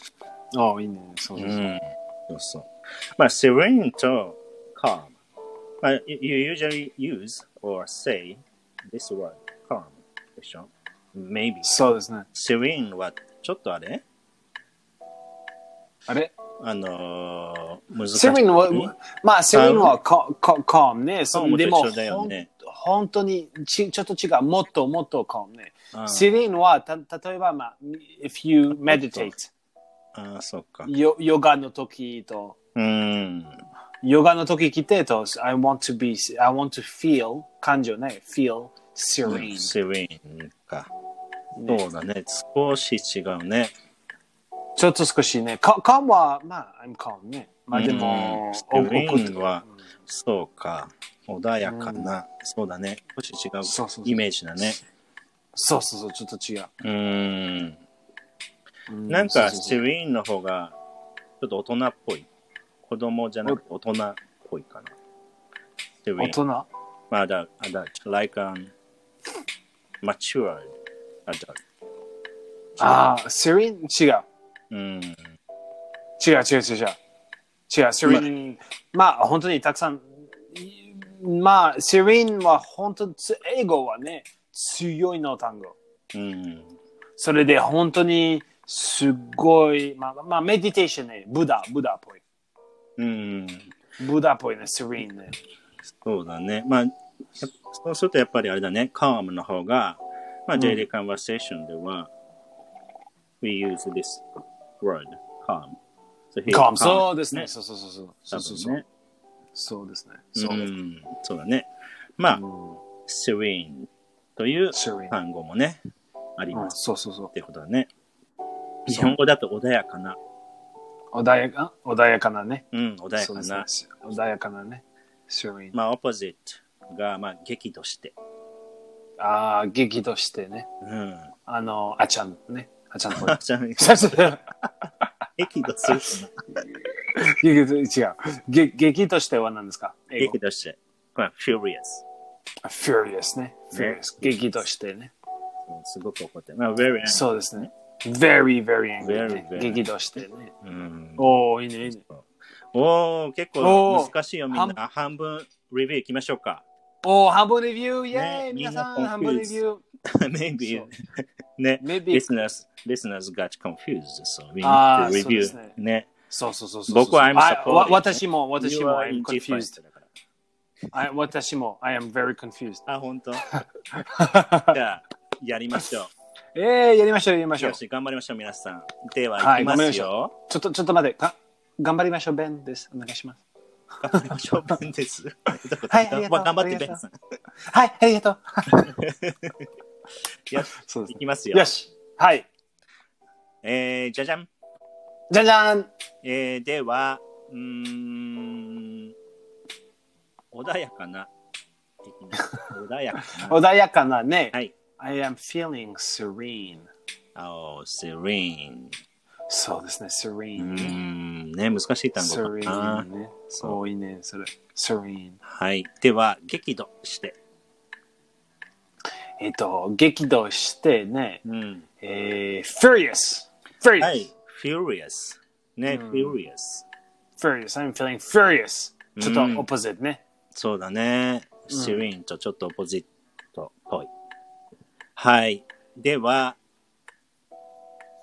ああ、いいね。そううそうそう。ん。そうそう。まあ、serene と calm。まあ、you you usually use or say this word, calm でしょ ?maybe. そうですね。 serene は、ちょっとあれあれあのー、難しい。セリンは、まあ、セリンはカカカームね。そカームうとでも、一緒だよほんね本当にちちょっと違う。もっともっとカームね。うんセリンは、た例えば、まあ、if you meditate、ああ、そっか。ヨヨガの時と、うん。ヨガの時来てと、I want to be, I want to feel、感情ね、feel serene。 serene か。ねそうだね。少し違うね。ちょっと少しね、か、かは、まあ、I'm calm ね。まあでうもん、お serene はうんそうか。穏やかな。そうだね。少し違そううそうそうイメージだね。そうそうそう、ちょっと違う。うん。うんなんそか、うそうそう serene の方が、ちょっと大人っぽい。子供じゃなくて大人っぽいかな。大 serene。人まあ、だ、だ、like an matured adult。ああ、セリン、違う。うん。違う違う違う違う。違う、セリン、まあ本当にたくさん、いまあ、セリンは本当につ、英語はね、強いの単語。うん。それで本当に、すごい、まあ、まあ、メディテーションね、ブダ、ブダっぽい。うん。ブダっぽいね、セリンね。そうだね。まあ、やっそうするとやっぱりあれだね、カームの方が、まあ、んデイリーカンバーセーションでは、 we use this word, calm. So here, カムそうですね。ねそうそうそうそう。そ多うそうそ分う。ね。そうですね。うそうですね。ん、そうだね。まあ、serene という Serene 単語もね、ありうんますそうそうそってことだね。そう日本語だと穏やかな。う。穏やか、穏やかなね。うん、穏やそうかですなね。。穏やかなね。serene。まあ、opposite が、まあ、激として。ああ、劇としてね。うん。。あの、あちゃんね。あちゃんぽい じゃあ、そうそう 激とするかな。劇と違う。劇劇としては何ですか英語激。として。まあ、furious。 furious ね。furious。劇としてね。うんすごく怒ってる。まあ、very angry そうですね。very, very angry ね Very, very.。激としてね。うん。おおいいね、いいね。おー、結お構ー難しいよ、みんな。半分レビュー行きましょうか。 おお半分レビューイェーイね皆さん、みんな半分レビュー Maybe そう。 ね、 Maybe listeners, listeners got confused. So we あー need to そうで review. すねね。そうそうそうそう。僕は I'm あ supporting わ私も、私 You も、 are I'm confused. indifferent だから I, 私も、I am very confused. あ、本当。じゃあ、やりましょえー、やりましょう、やりまう。しょうよ。し、頑張りましょう、皆さん。では、はい行きま頑張りますしよ。ちょっと、ちょっと待って。が頑張りましょう、ベンです。お願いします。頑張りましょ う、ベンです。はい ありがとう頑張って、ありベがンとさん。はい、ありがとう。 よし、そうです行ね。きますよよ。し。はい。えー、じゃじゃん。じゃじゃーん。えー、では、うーん、穏やかな。穏やか な。穏やかなね。はい。 I am feeling serene. おー、serene。そうですね、うー serene ね。ん、ね、難しい単語か serene。なね。そう多いね、それ。serene。はい。では、激怒して。えっと、激怒してね。うん。えー、furious. Furious. はい。furious。ね、furious。 Furious. I'm feeling furious. ちょっとうん opposite ね。そうだね。serene とちょっとオポジットっぽい。はい。では、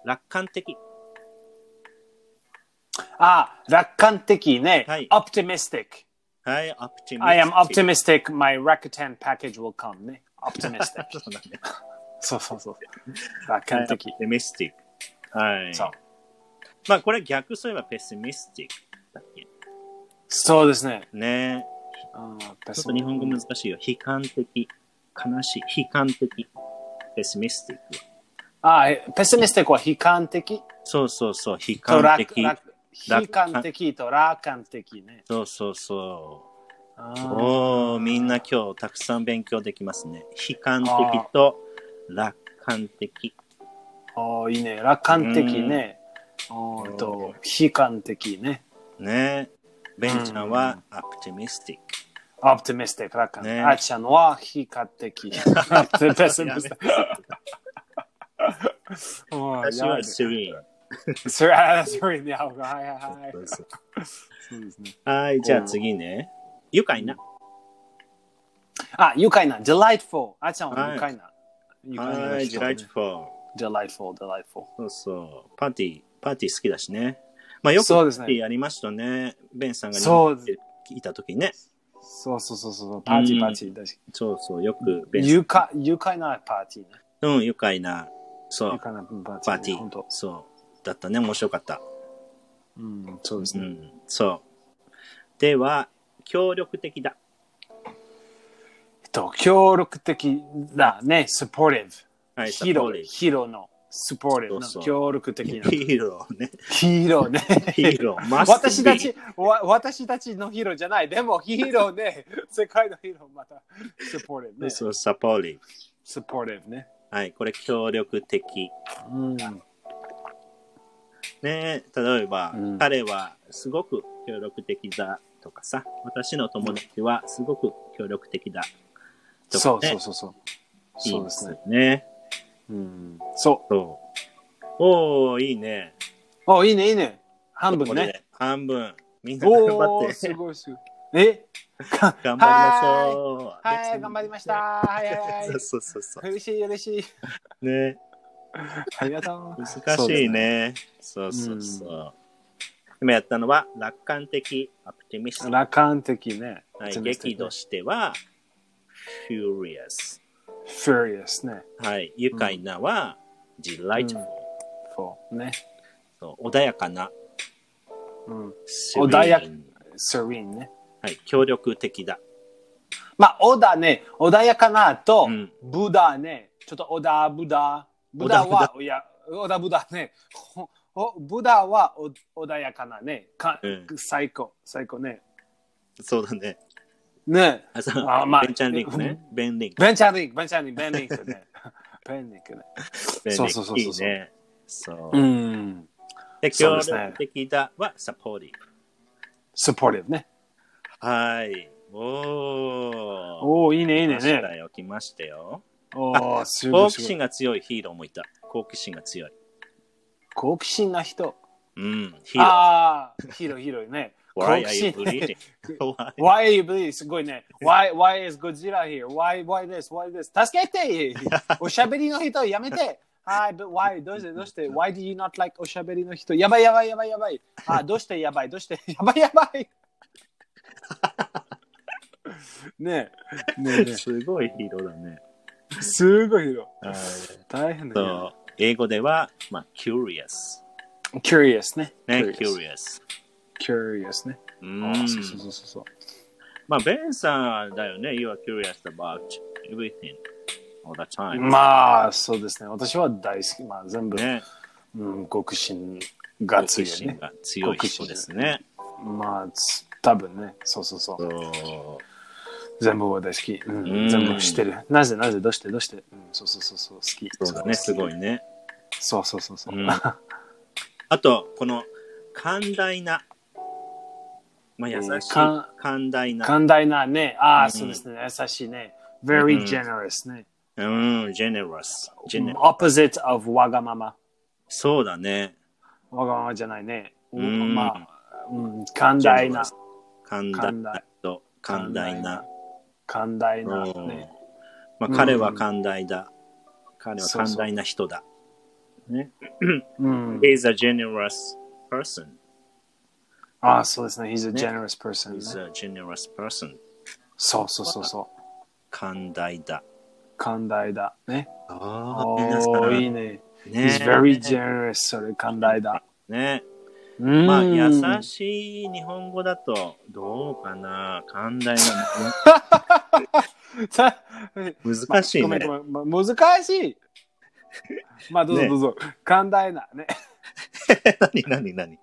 楽観的。あ、楽観的ね。はい optimistic. はい、optimistic。 I am optimistic my Rakuten package will come ね。optimistic. そうだね。そうそうそう。楽観的。ペミスティック。はい。そう。まあ、これ逆そういえばペシミスティックだっけそうですね。ねあーちょっと日本語難しいよ。悲観的。悲しい。悲観的。ペシミスティックは。あー、ペスミスティックは悲観的そうそうそう。悲と観楽的。楽悲観的と楽観的ね。そうそうそあう。ーおー、みんな今日たくさん勉強できますね。悲観的と楽観的。あー、いいね。楽観的ね。あーと、悲観的ね。ねベンちゃんはアプティミスティック。 optimistic 楽観ねあーちゃんは悲観的。 ペスミスティック。もう私やばはいセリーン。それ、あーそれね、はいはいはい。そうですね。はい、じゃあ次ね。愉快な。あ、愉快な、delightful。あーちゃんははい愉快な。愉快なはい、人ジねライチフォー。 delightful, delightful. そうそう。パーティー、パーティー好きだしね。まあよくそうですパねーティーやりましたね。ベンさんが日そう本でにいた時ね。そうそうそうそう、パーティーパーティーだし。そうそう、よくベンさん。愉快、愉快なパーティーね。うん、愉快な、そ愉う、快なパーティーね。パーティ本ー当。。そう。だったね。面白かった。うん、そうですうね。ん、そう。では、協力的だ。えっと、協力的だね、supportive。はい、ヒーロー、サヒーローの supportive そうなそう協力ポー的リなー。ヒーローね。ヒーローね。 ヒーロー。 マスト私たビちー。、わ私たちのヒーローじゃない。でもヒーローね、 世界のヒーローまた supportive ね。そう、サポーリー。 supportive ね。はい、これ協力的。うん。ね例えば、うん彼はすごく協力的だとかさ、私の友達はすごく協力的だとそか、うね。そうそうそう。そうですね。いいね。うん。そう。そう。おー、いいね。お、いいね、いいね。半こ分れね。で。半分。みんな頑お張ー、っすて。ごいすごい。え頑張りましょう。はねい、頑張りました。。はいはい そはうい。そうそうそ嬉しい、 嬉しい。う。ねありがとう。難しいね。そうそうそう。今やったのは、楽観的、アプティミスト。楽観的ね。はい、激怒しては、furious。 furious ね。はい、愉快なは、delightful。 peaceful ね。そう穏やかな。うん。 serene 穏やか serene ね。はい、協力的だ。まあ、オダね、穏やかなと、うんブダね、ちょっとオダ、ブダ、ブダオダは、いや、オダ、ブダね、 ほおブダはお穏やかなね、かうん最高、最高ね。そうだね。ね、あ、そう。あまあベンチャーリンクね。ベンリンク。ベンチャーリンク、ベンチャーリンク、ベンリンク ね。ベンリンクね。ベンリンクそうそうそうそういいね。そう。うん。で、そう協ですね力的だはサポーティブ。 supportive ね。はい。おー。おお、いいね、いいね来ましたね。よ、来ましたよ。おお、すご好い奇すご心い。が強いヒーローもいた。好奇心が強い。好奇心な人。うん、ヒーロー。ああ、ヒーロー、ヒーローね。好 Why 奇 are you 心。 bleeding? Why? Why are you bleeding? すごい ね。Why, why is Godzilla here? Why, why this? Why this? 助け ておしゃべりの人やめてはい、but why? どう してどうして ?Why do you not like おしゃべりの人やばいやばいやばいやばい。 あ、どうしてやばいどうして やばいやばい。ねえ。ねえねすごいヒーローだね。え。すごい広はい大変だそよ。う英語では、まあ、curious。 curious ね。ね、curious。 curious ね。うあん。ーそうそうそうそう。まあ、ベンさんだよね。You are curious about everything all the time. まあ、そうですね。私は大好き。まあ、全部、ね、うん、極真が強いね。が強い人ですね。まあ、つ多分ね、そうそうそう。そ全部私好き。うんうん全部してる。なぜなぜどうしてどうして、うん、そうそうそうそう、好き。うそうだね、すごい。いね。そうそうそうそう。うん あと、この、寛大な。まあ、優しうんい寛。寛大な。 寛大なね、ああ、うんそうですね、優しいね。うん very generous ね。うん、generous。うん gener- opposite of わがまま。そうだね。わがままじゃないね。ううんん、まあ、うん、寛大な generous。寛大寛な大。人。寛大な。。寛大なうんね。まあ、うん彼は寛大だ。彼はそうそ寛う大な人だ。ね。うん。 He's a generous person. ああ、そうですね。He's a ね generous person. ね He's a generous person. そうそうそうそう。寛大だ。寛大だ。ね。あお皆さーいいん。ね。ね He's very generous. それ寛大だ。ね。うんまあ、優しい日本語だと、どうかな 寛大な。さ難しいごめねん。ごめんま難しい。まあどうぞねどうぞ。寛大なね。何 何何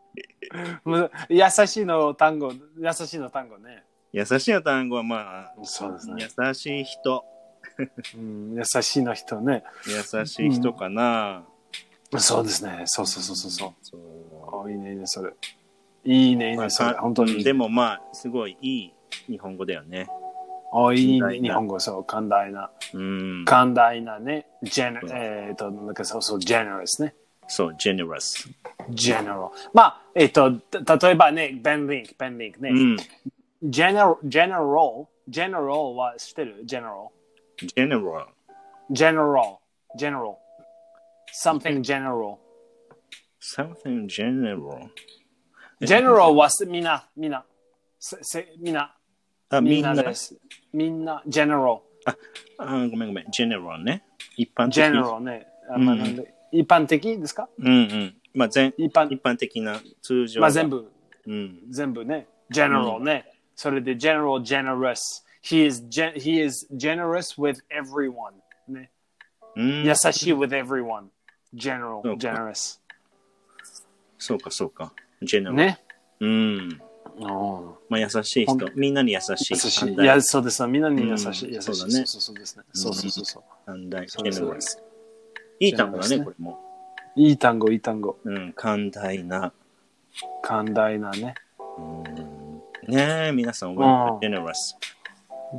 む優しいの単語、優しいの単語ね。優しいの単語は、まあ、そうですね。優しい人。うん優しいの人ね。優しい人かな。そうですね。そうそうそうそうそう。そう。あいいねいいねそれ。いいねいいまあねそれ。か本当に。でもまあ、すごいいい日本語だよね。あいい寛大ね日な本語そう寛大なうん。寛大なね。ジェネうんえっとなんかそうそうジェネラスね。そう、generous。 general。まあ、えっ、と、た例えばね、ベンリンク、ベンリンクね。うん。 general、general、general は知ってる ?general。 general。 general、general。something general。 something general。 general はすみんな、みんな。せせみんな、あ、みみんんななで。ですみんな、general。あ、ごめんごめん。general ね。一般的。 general Ah, ね。あまあうんなんで一般的ですかうんうん。まあ、全一般、一般的な通常。まあ全。部、うん。全部ね。general ね。それで general, generous. He is, gen he is generous with everyone. ね。うん。優しい with everyone. General, そうか generous. そうかそうか。general。ね。うん。Oh. まあ、優しい人ほん。みんなに優しい。優しい。寛い大や、そうです。みんなに優しうい。ん優しい。そうだねそうそうですね。そうそうそうそう。寛大。そうそう generous。いい単語だね、 generous ねこれも。いい単語、いい単語。うん。寛大な。寛大なね。うんねえ、皆さんうん覚えて、generous。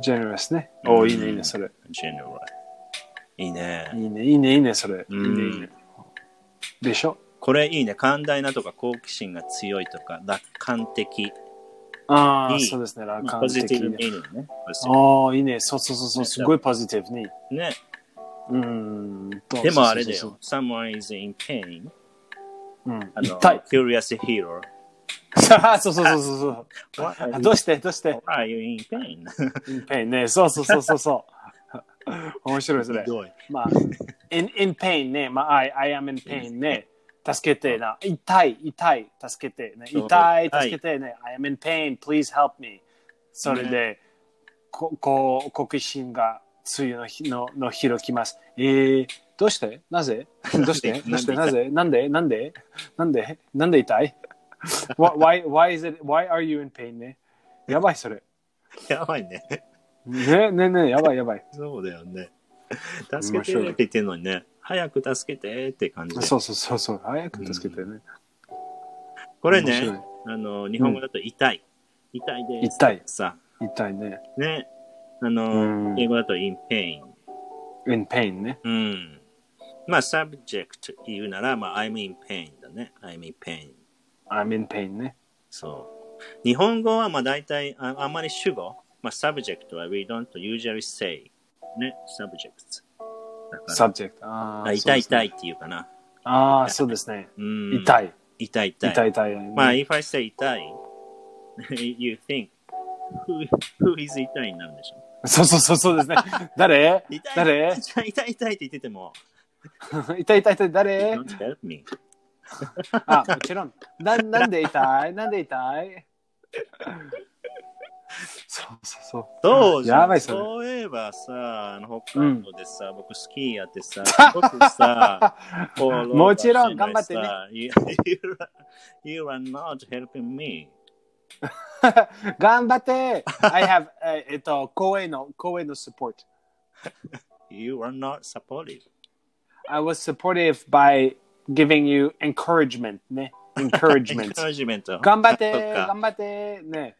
generous ね。うんおーいいね、いいね、それ。 general。いいいね。いね、いいね、いいね、それ。いいうんね、いいね。でしょこれいいね。寛大なとか好奇心が強いとか、楽観的。ああい、いそうですね、楽まあ観ポジテ的ィにブにい。いのね。ああ、いいね、そうそうそうそう、すごいポジティブに。ね。うん。とでもあれだ。そうよ。Someone is in pain. そうそうあうん。の痛い。 curious hero. そうそうそうそうそう。 What are あ you- どうして、どうして。 why are you in pain? インペインね、そうそうそうそうそう。面白いそれひ。どい。まあ、in, in pain ね、まあ、I, I am in pain ね。助けてな。痛い、痛い、助けて、ね。そう痛い、はい助けてね。I am in pain, please help me. それで、ここう、好奇心が梅雨の日のの日が来ます。えー、どうしてなぜどうしてどうしてなぜなんでなんでなんでなんで痛い why, why, is it, why are you in pain ねやばいそれ。やばいね。ねねねやばいやばい。そうだよね。助けてって言ってんのにね、早く助けてって感じで。そうそうそうそう。早く助けてね。これ面白いね、あの、日本語だと痛い。痛いです。痛いさ、痛いね。ね。あうの、ん英語だと in pain。 in pain ね。うん。まあ、subject 言うなら、まあ、I'm in pain だね。I'm in pain。 I'm in pain ね。そう。日本語はまあ大体ああんまり主語、まあ subject は we don't usually say ね、subject。だから subject。ああー痛いそうですね痛いっていうかな。ああ、そうですね。うん、痛い。い。痛い痛い。痛い痛い。まあ if I say 痛い、you think who, who is 痛いになるんでしょ そうそうそうそう ですね。誰痛い誰 痛い痛い痛いって言ってても、痛い痛い痛い誰 don't help me。あ、もちろん。ななんで痛い なんで痛いそうそうそう。そうじゃんやばいそれそういえばさ、あの北うん海道でさ、僕スキーやっ てさ、僕さ、もちろん頑張ってね。 You, you, are- you are not helping me. 頑張って !I have, ええっと、公演の、公演の support. You are not supportive. I was supportive by giving you encouragement ね。encouragement. Encouragement. 頑張っそてっか頑張ってね。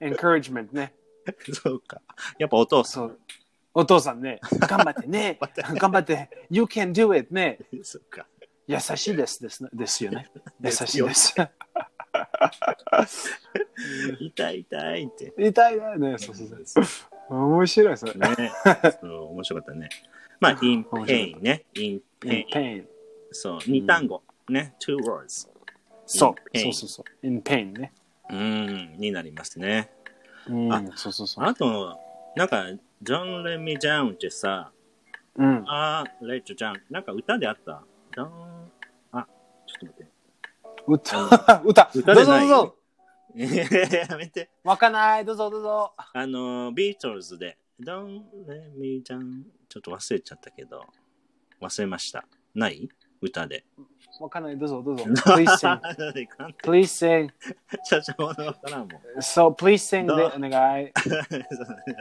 encouragement ね。 そうか。やっぱお父さん。そう。お父さんね。頑張って ね。頑張って。You can do it ね。そうか。優しいですですねですよね。優ですしいです。痛い痛いって。痛いだね。そうそうそう。面白いそれ。 ね。そう、面白かったね。まあ、in 面白い pain ね。in In pain。 pain. そう、二単語。ね。two words。そう。 pain そうそうそう。In pain ね。うん、になりますね。うん。そうそうそう。あと、なんか、Don't let me down ってさ、うん。あー、レッチョちゃん。なんか歌であった。Don't- あ、ちょっと待って。 歌、歌、歌どでうぞなどいうぞ。やめて。 わかんない。どうぞどうぞ。あの、ビートルズで、Don't let me down ちょっと忘れちゃったけど、忘れました。ない歌で。わかんない。どうぞど うぞ。Please sing. だって簡 Please sing. 単社長もわから んもん。 So please sing でどうお願い。そうね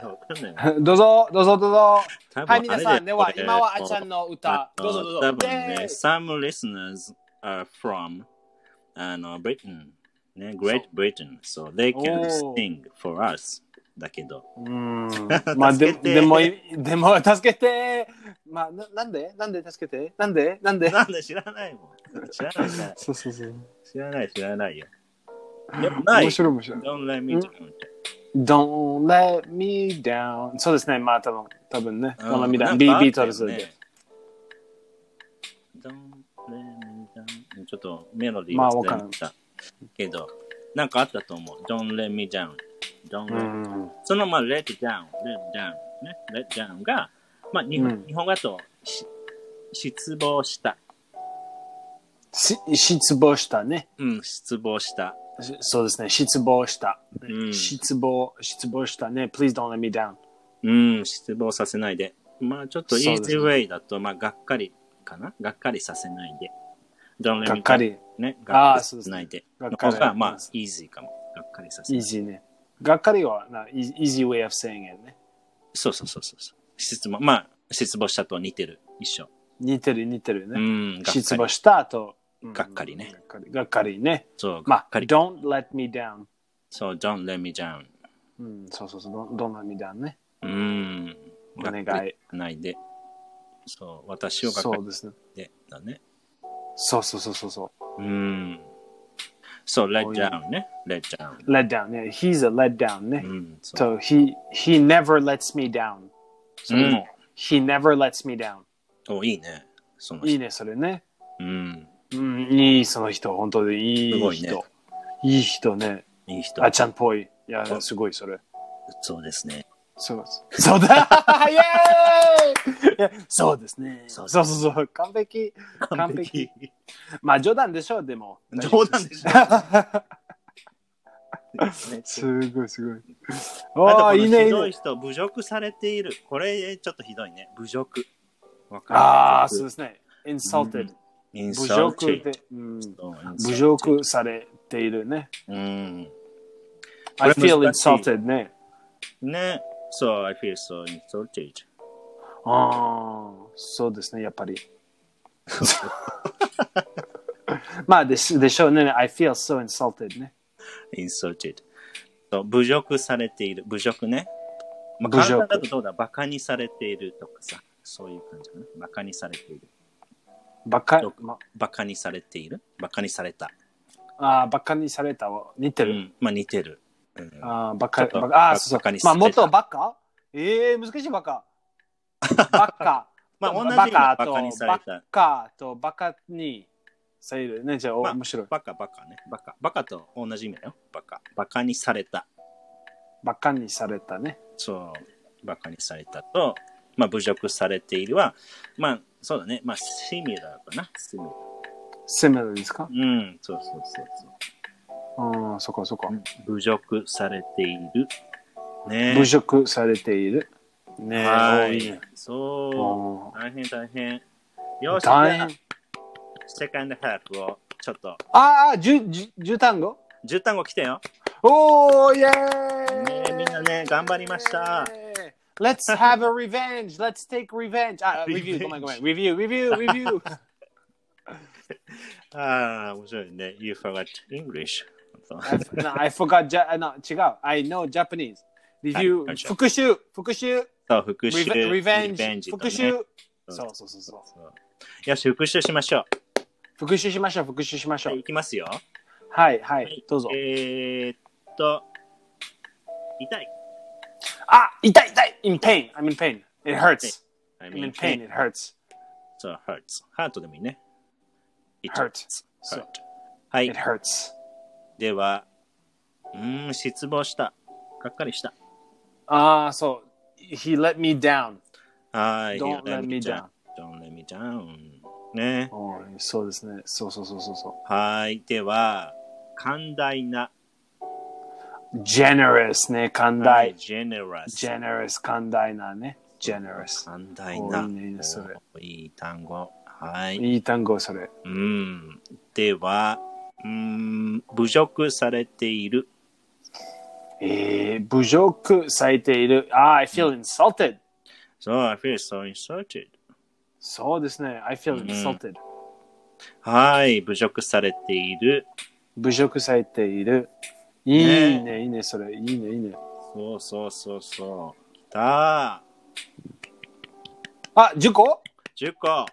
わかんないも ん。どうぞどうぞどうぞ。多分はい、皆さん。では、れ今はあちゃんの歌。あどうぞどうぞ。多分ね、 Yay Uh, some listeners are from あの Britain、ね、Great そ Britain, so they お can ー sing for us だけ ど。うーんまあ、で助けてでも、いでも、 助けて。まあ、ななんでなんで助けてなんでなんでなんで知らないもん。知らない知らないそうそうそう。知らない知らないよ。やっぱない面。白い面白い。 Don't let me down って。 Don't let me down. そうですね。まあ、多分多分ね。うんこのみだ。なん B かあったビーよねトルズで。 Don't let me down ちょっとメロディーまあ忘れわかんました。けど、なんかあったと思う。Don't let me down. Don't う let me ん。そのまあ、let down, let down, ね、let down が、まあ、日本,、うん日本語だとし失望した、し失望したね。うん、失望した、しそうですね、失望した。うん失望、失望したね。Please don't let me down. うん、失望させないで。まあ、ちょっとそうです easy ね way だと、まあ、がっかりかながっかりさせないで。Don't let me がっかり。 down ね、があーっかりさせないで。そうですねがっのかり方が、まあ、easy かも。がっかりさせない。 easy ね。がっかりはな、イ easy way of saying it ね。そうそうそうそうそう。失望、まあ、失望したと似てる。一緒。似てる似てるうね。ん、がっかり失望したと。うんがっかりね。がっかりがっかりね。そう、がまっあ、かり。 don't let me down。そう、don't let me down。うん、そうそうそう、don't, don't let me down ね。うん。お願いがっかりないで。そう、私をがっかそりうですね。で。だね。そうそうそうそうそうん。そう、let こういう down ね。let down。う。let down ね。He's a let down うね。ん、そう。 So he, he never lets me down. それも、he never lets me down. お、いいね。そのい人。いね、それね。うん。うん、いい、その人、本当にいい人。すいごいいね人ね。いい人あ。ちゃんっぽい。いやう、んすごい、それ。そうですね。そうそうだイェーイそうですね。そそううそうそう。完璧。完璧。まあ冗談でしょう、でも。冗談でしょ すごいす ごい。あとああ、このいいね、いひいどねい。人、侮辱されている。これちょっとひどいね。侮辱。わかるああ、そうですね。insulted。侮侮辱で、うん、侮侮。辱されているね。うん。 I これ feel 難しい insulted ね。ね。そう、I feel so insulted. ああ、そうですね、やっ ぱり。まあでしでしょうね。I feel so insulted ね。 insulted. そう侮辱されている。侮辱ね。まあ、侮辱簡単だとどうだバカにされているとかさ。そういう感じかな。バカにされている。ばっかど、まバカにされている。バカにされた。ああ、ばっかにされたわ。似てうる。ん。まあ似てる。うんああ、ばっかちょっとばっかああ、ばそうばっかにそう。まあ、された元はばっかええ難しいばっ か。ばっか。まあ同じようばっにバかとカにされた。かとばかにされるね。じゃあ、おまあ面白い。バカバカね。バカ。バカと同じ意味だよ。バカ。バカにされた。ばっかにされたね。そう。バカにされたと、まあ、侮辱されているは、まあ、そうだね。まあ、シミラーかな。シミラー。セメルですかうん、そうそうそうそう。うん、そこそこ。侮辱されている。ねえ侮辱されている。ねえ、は多いいね。そおう。大変大変。よし、大じゃあ変。、セカンドハーフをちょっと。ああ、じゅ、じゅ、十単語10単語来てよ。おー、イェねーえイみんなね、頑張りました。。 Let's have a revenge! Let's take revenge! Ah, あ、レビュー、ごめんごめん。レビュー、レビュー、レビ ュー。ああ、面白いね。You forgot English. I, no, I forgot, ja- no, 違う。I know Japanese. レビュはーい、復習、復習、そう、復習。 reve- リベン revenge、ジとね復習。そそううそうそうそう。そうよし、復習しましょ復習しましょう、復習しましょう。うい。きますよ。はい、ははいい、どうぞ。えー、っと、痛い。あ、痛い痛い !in pain, Ah, I'm in pain. It hurts. I I'm in pain, it hurts. So hurts. ハートでもいいね。It Hurt. hurt. So- は It い。 hurts. では、うーん、失望した。がっかりした。ああ、そう。He let me down. はい。 Don't let me down. Don't let me down. ね。うんそうですね。そうそうそうそうそはい。では、寛大な。う。generous ね、寛大。 generous。 generous、寛大なね。generous。寛大な。おいいねいいねそれおいい単語。はい。いい単語、それ。うん。では、うーん、侮辱されている。えー、侮辱されている。ああ、I feel insulted. So I feel so insulted. そうですね。I feel insulted. はい。侮辱されている。侮辱されている。いいね、いいね、それ。いいね、いいね。そうそうそうそう。きたあ、10個ー !10 個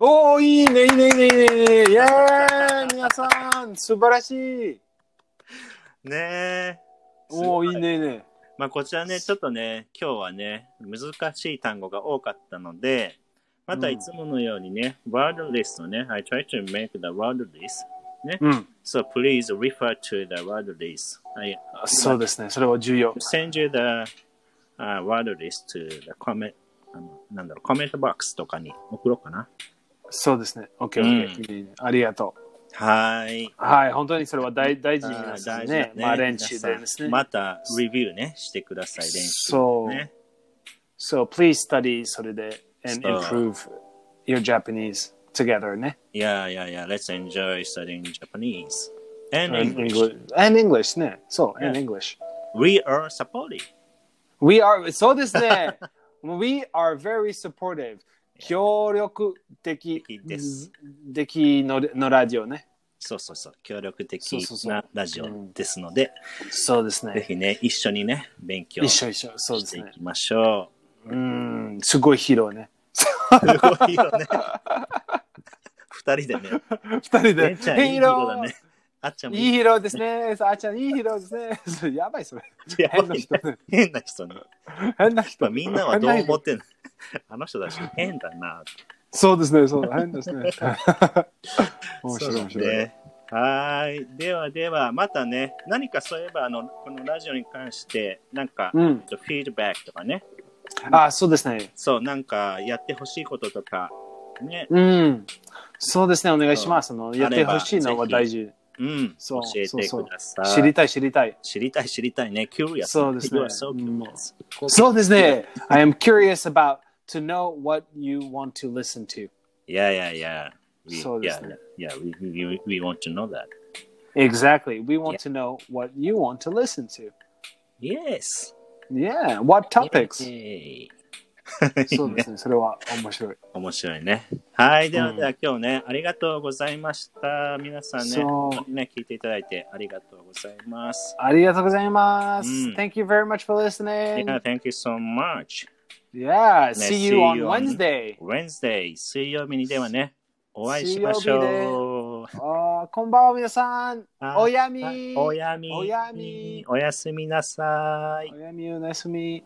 おー、いいね、いいね、いいね、いいね。イェーイ皆さん、素晴らしい。ねえ。おー、いいすご。ね、いいね。まあこちらね、ちょっとね、今日はね、難しい単語が多かったので、またいつものようにね、ワードリストね、I try to make the word list. うん。 So please refer to the word list. I そうですね。それは重要。 send you the、uh, word list to the comment, あのなんだろう、コメントボックスとかに送ろうかな。そうですね。OK、うん OK、いいねありがとう。はい。はい、本当にそれは大大事にあなーさ大い事だね。まあ、レンチでですね。また、レビューね、してください、練習。そう。ね。 So, please study それで and そう improve your Japanese together ね。 Yeah, yeah, yeah. Let's enjoy studying Japanese and And English. English, and English ね。そう、and Yeah. English. We are supporting. We are, そうですね。We are very supportive. 協力的的です的ののラジオね。そうそうそう。協力そう的そうそうなラジオですので、そうですぜね。ひね、一緒にね、勉強一し緒一緒。そうでてすいね。きましょうん、すごいヒーローね。う。すごいよね。 二人でね、 二人レで。ンちゃんいい人だね。あっちゃんもいいいいヒーローですね。あーちゃん、いいヒーローですね。それやばい、それ。やばい 変なね人ね。変な人ね。変なまあ人。みんなはどう思っってんのあの人だし、変だなって。そうですね、そう、変 ですね。面そう白い、だ面白い。ね。はーい。ではでは、またね、何かそういえば、あの、このラジオに関して、なんか、うんフィードバックとかね、あ、そうですね。そう、なんかやってほしいこととか、ね、うん。そうですね、お願いします。あの、やあってれほばしいのは大事。うん、そう教えてそうそうください。知りたい、知りた い。知りたい、知りたいね。curious. そうですね You are so curious. そうですね。I am curious about to know what you want to listen to. Yeah, yeah, yeah. We, そうですね Yeah, yeah. We, we, we- we want to know that. Exactly. We want to know what you want to listen to. Yes. Yeah. What topics? Yay. そうですね。それは面白い。面白いね。はい。では、では今日ね、ありがとうございました。皆さんね、そう本当にね、聞いていただいてありがとうございます。ありがとうございます。うん Thank you very much for Yeah, listening. thank you so much. Yeah. See you see on you on- Wednesday. Wednesday、水曜日にではね、お会いしましょう。あーこんばんは、皆さん。あおやはいみ。おやみ。おやみおやすみなさい。おやみ、おやすみ。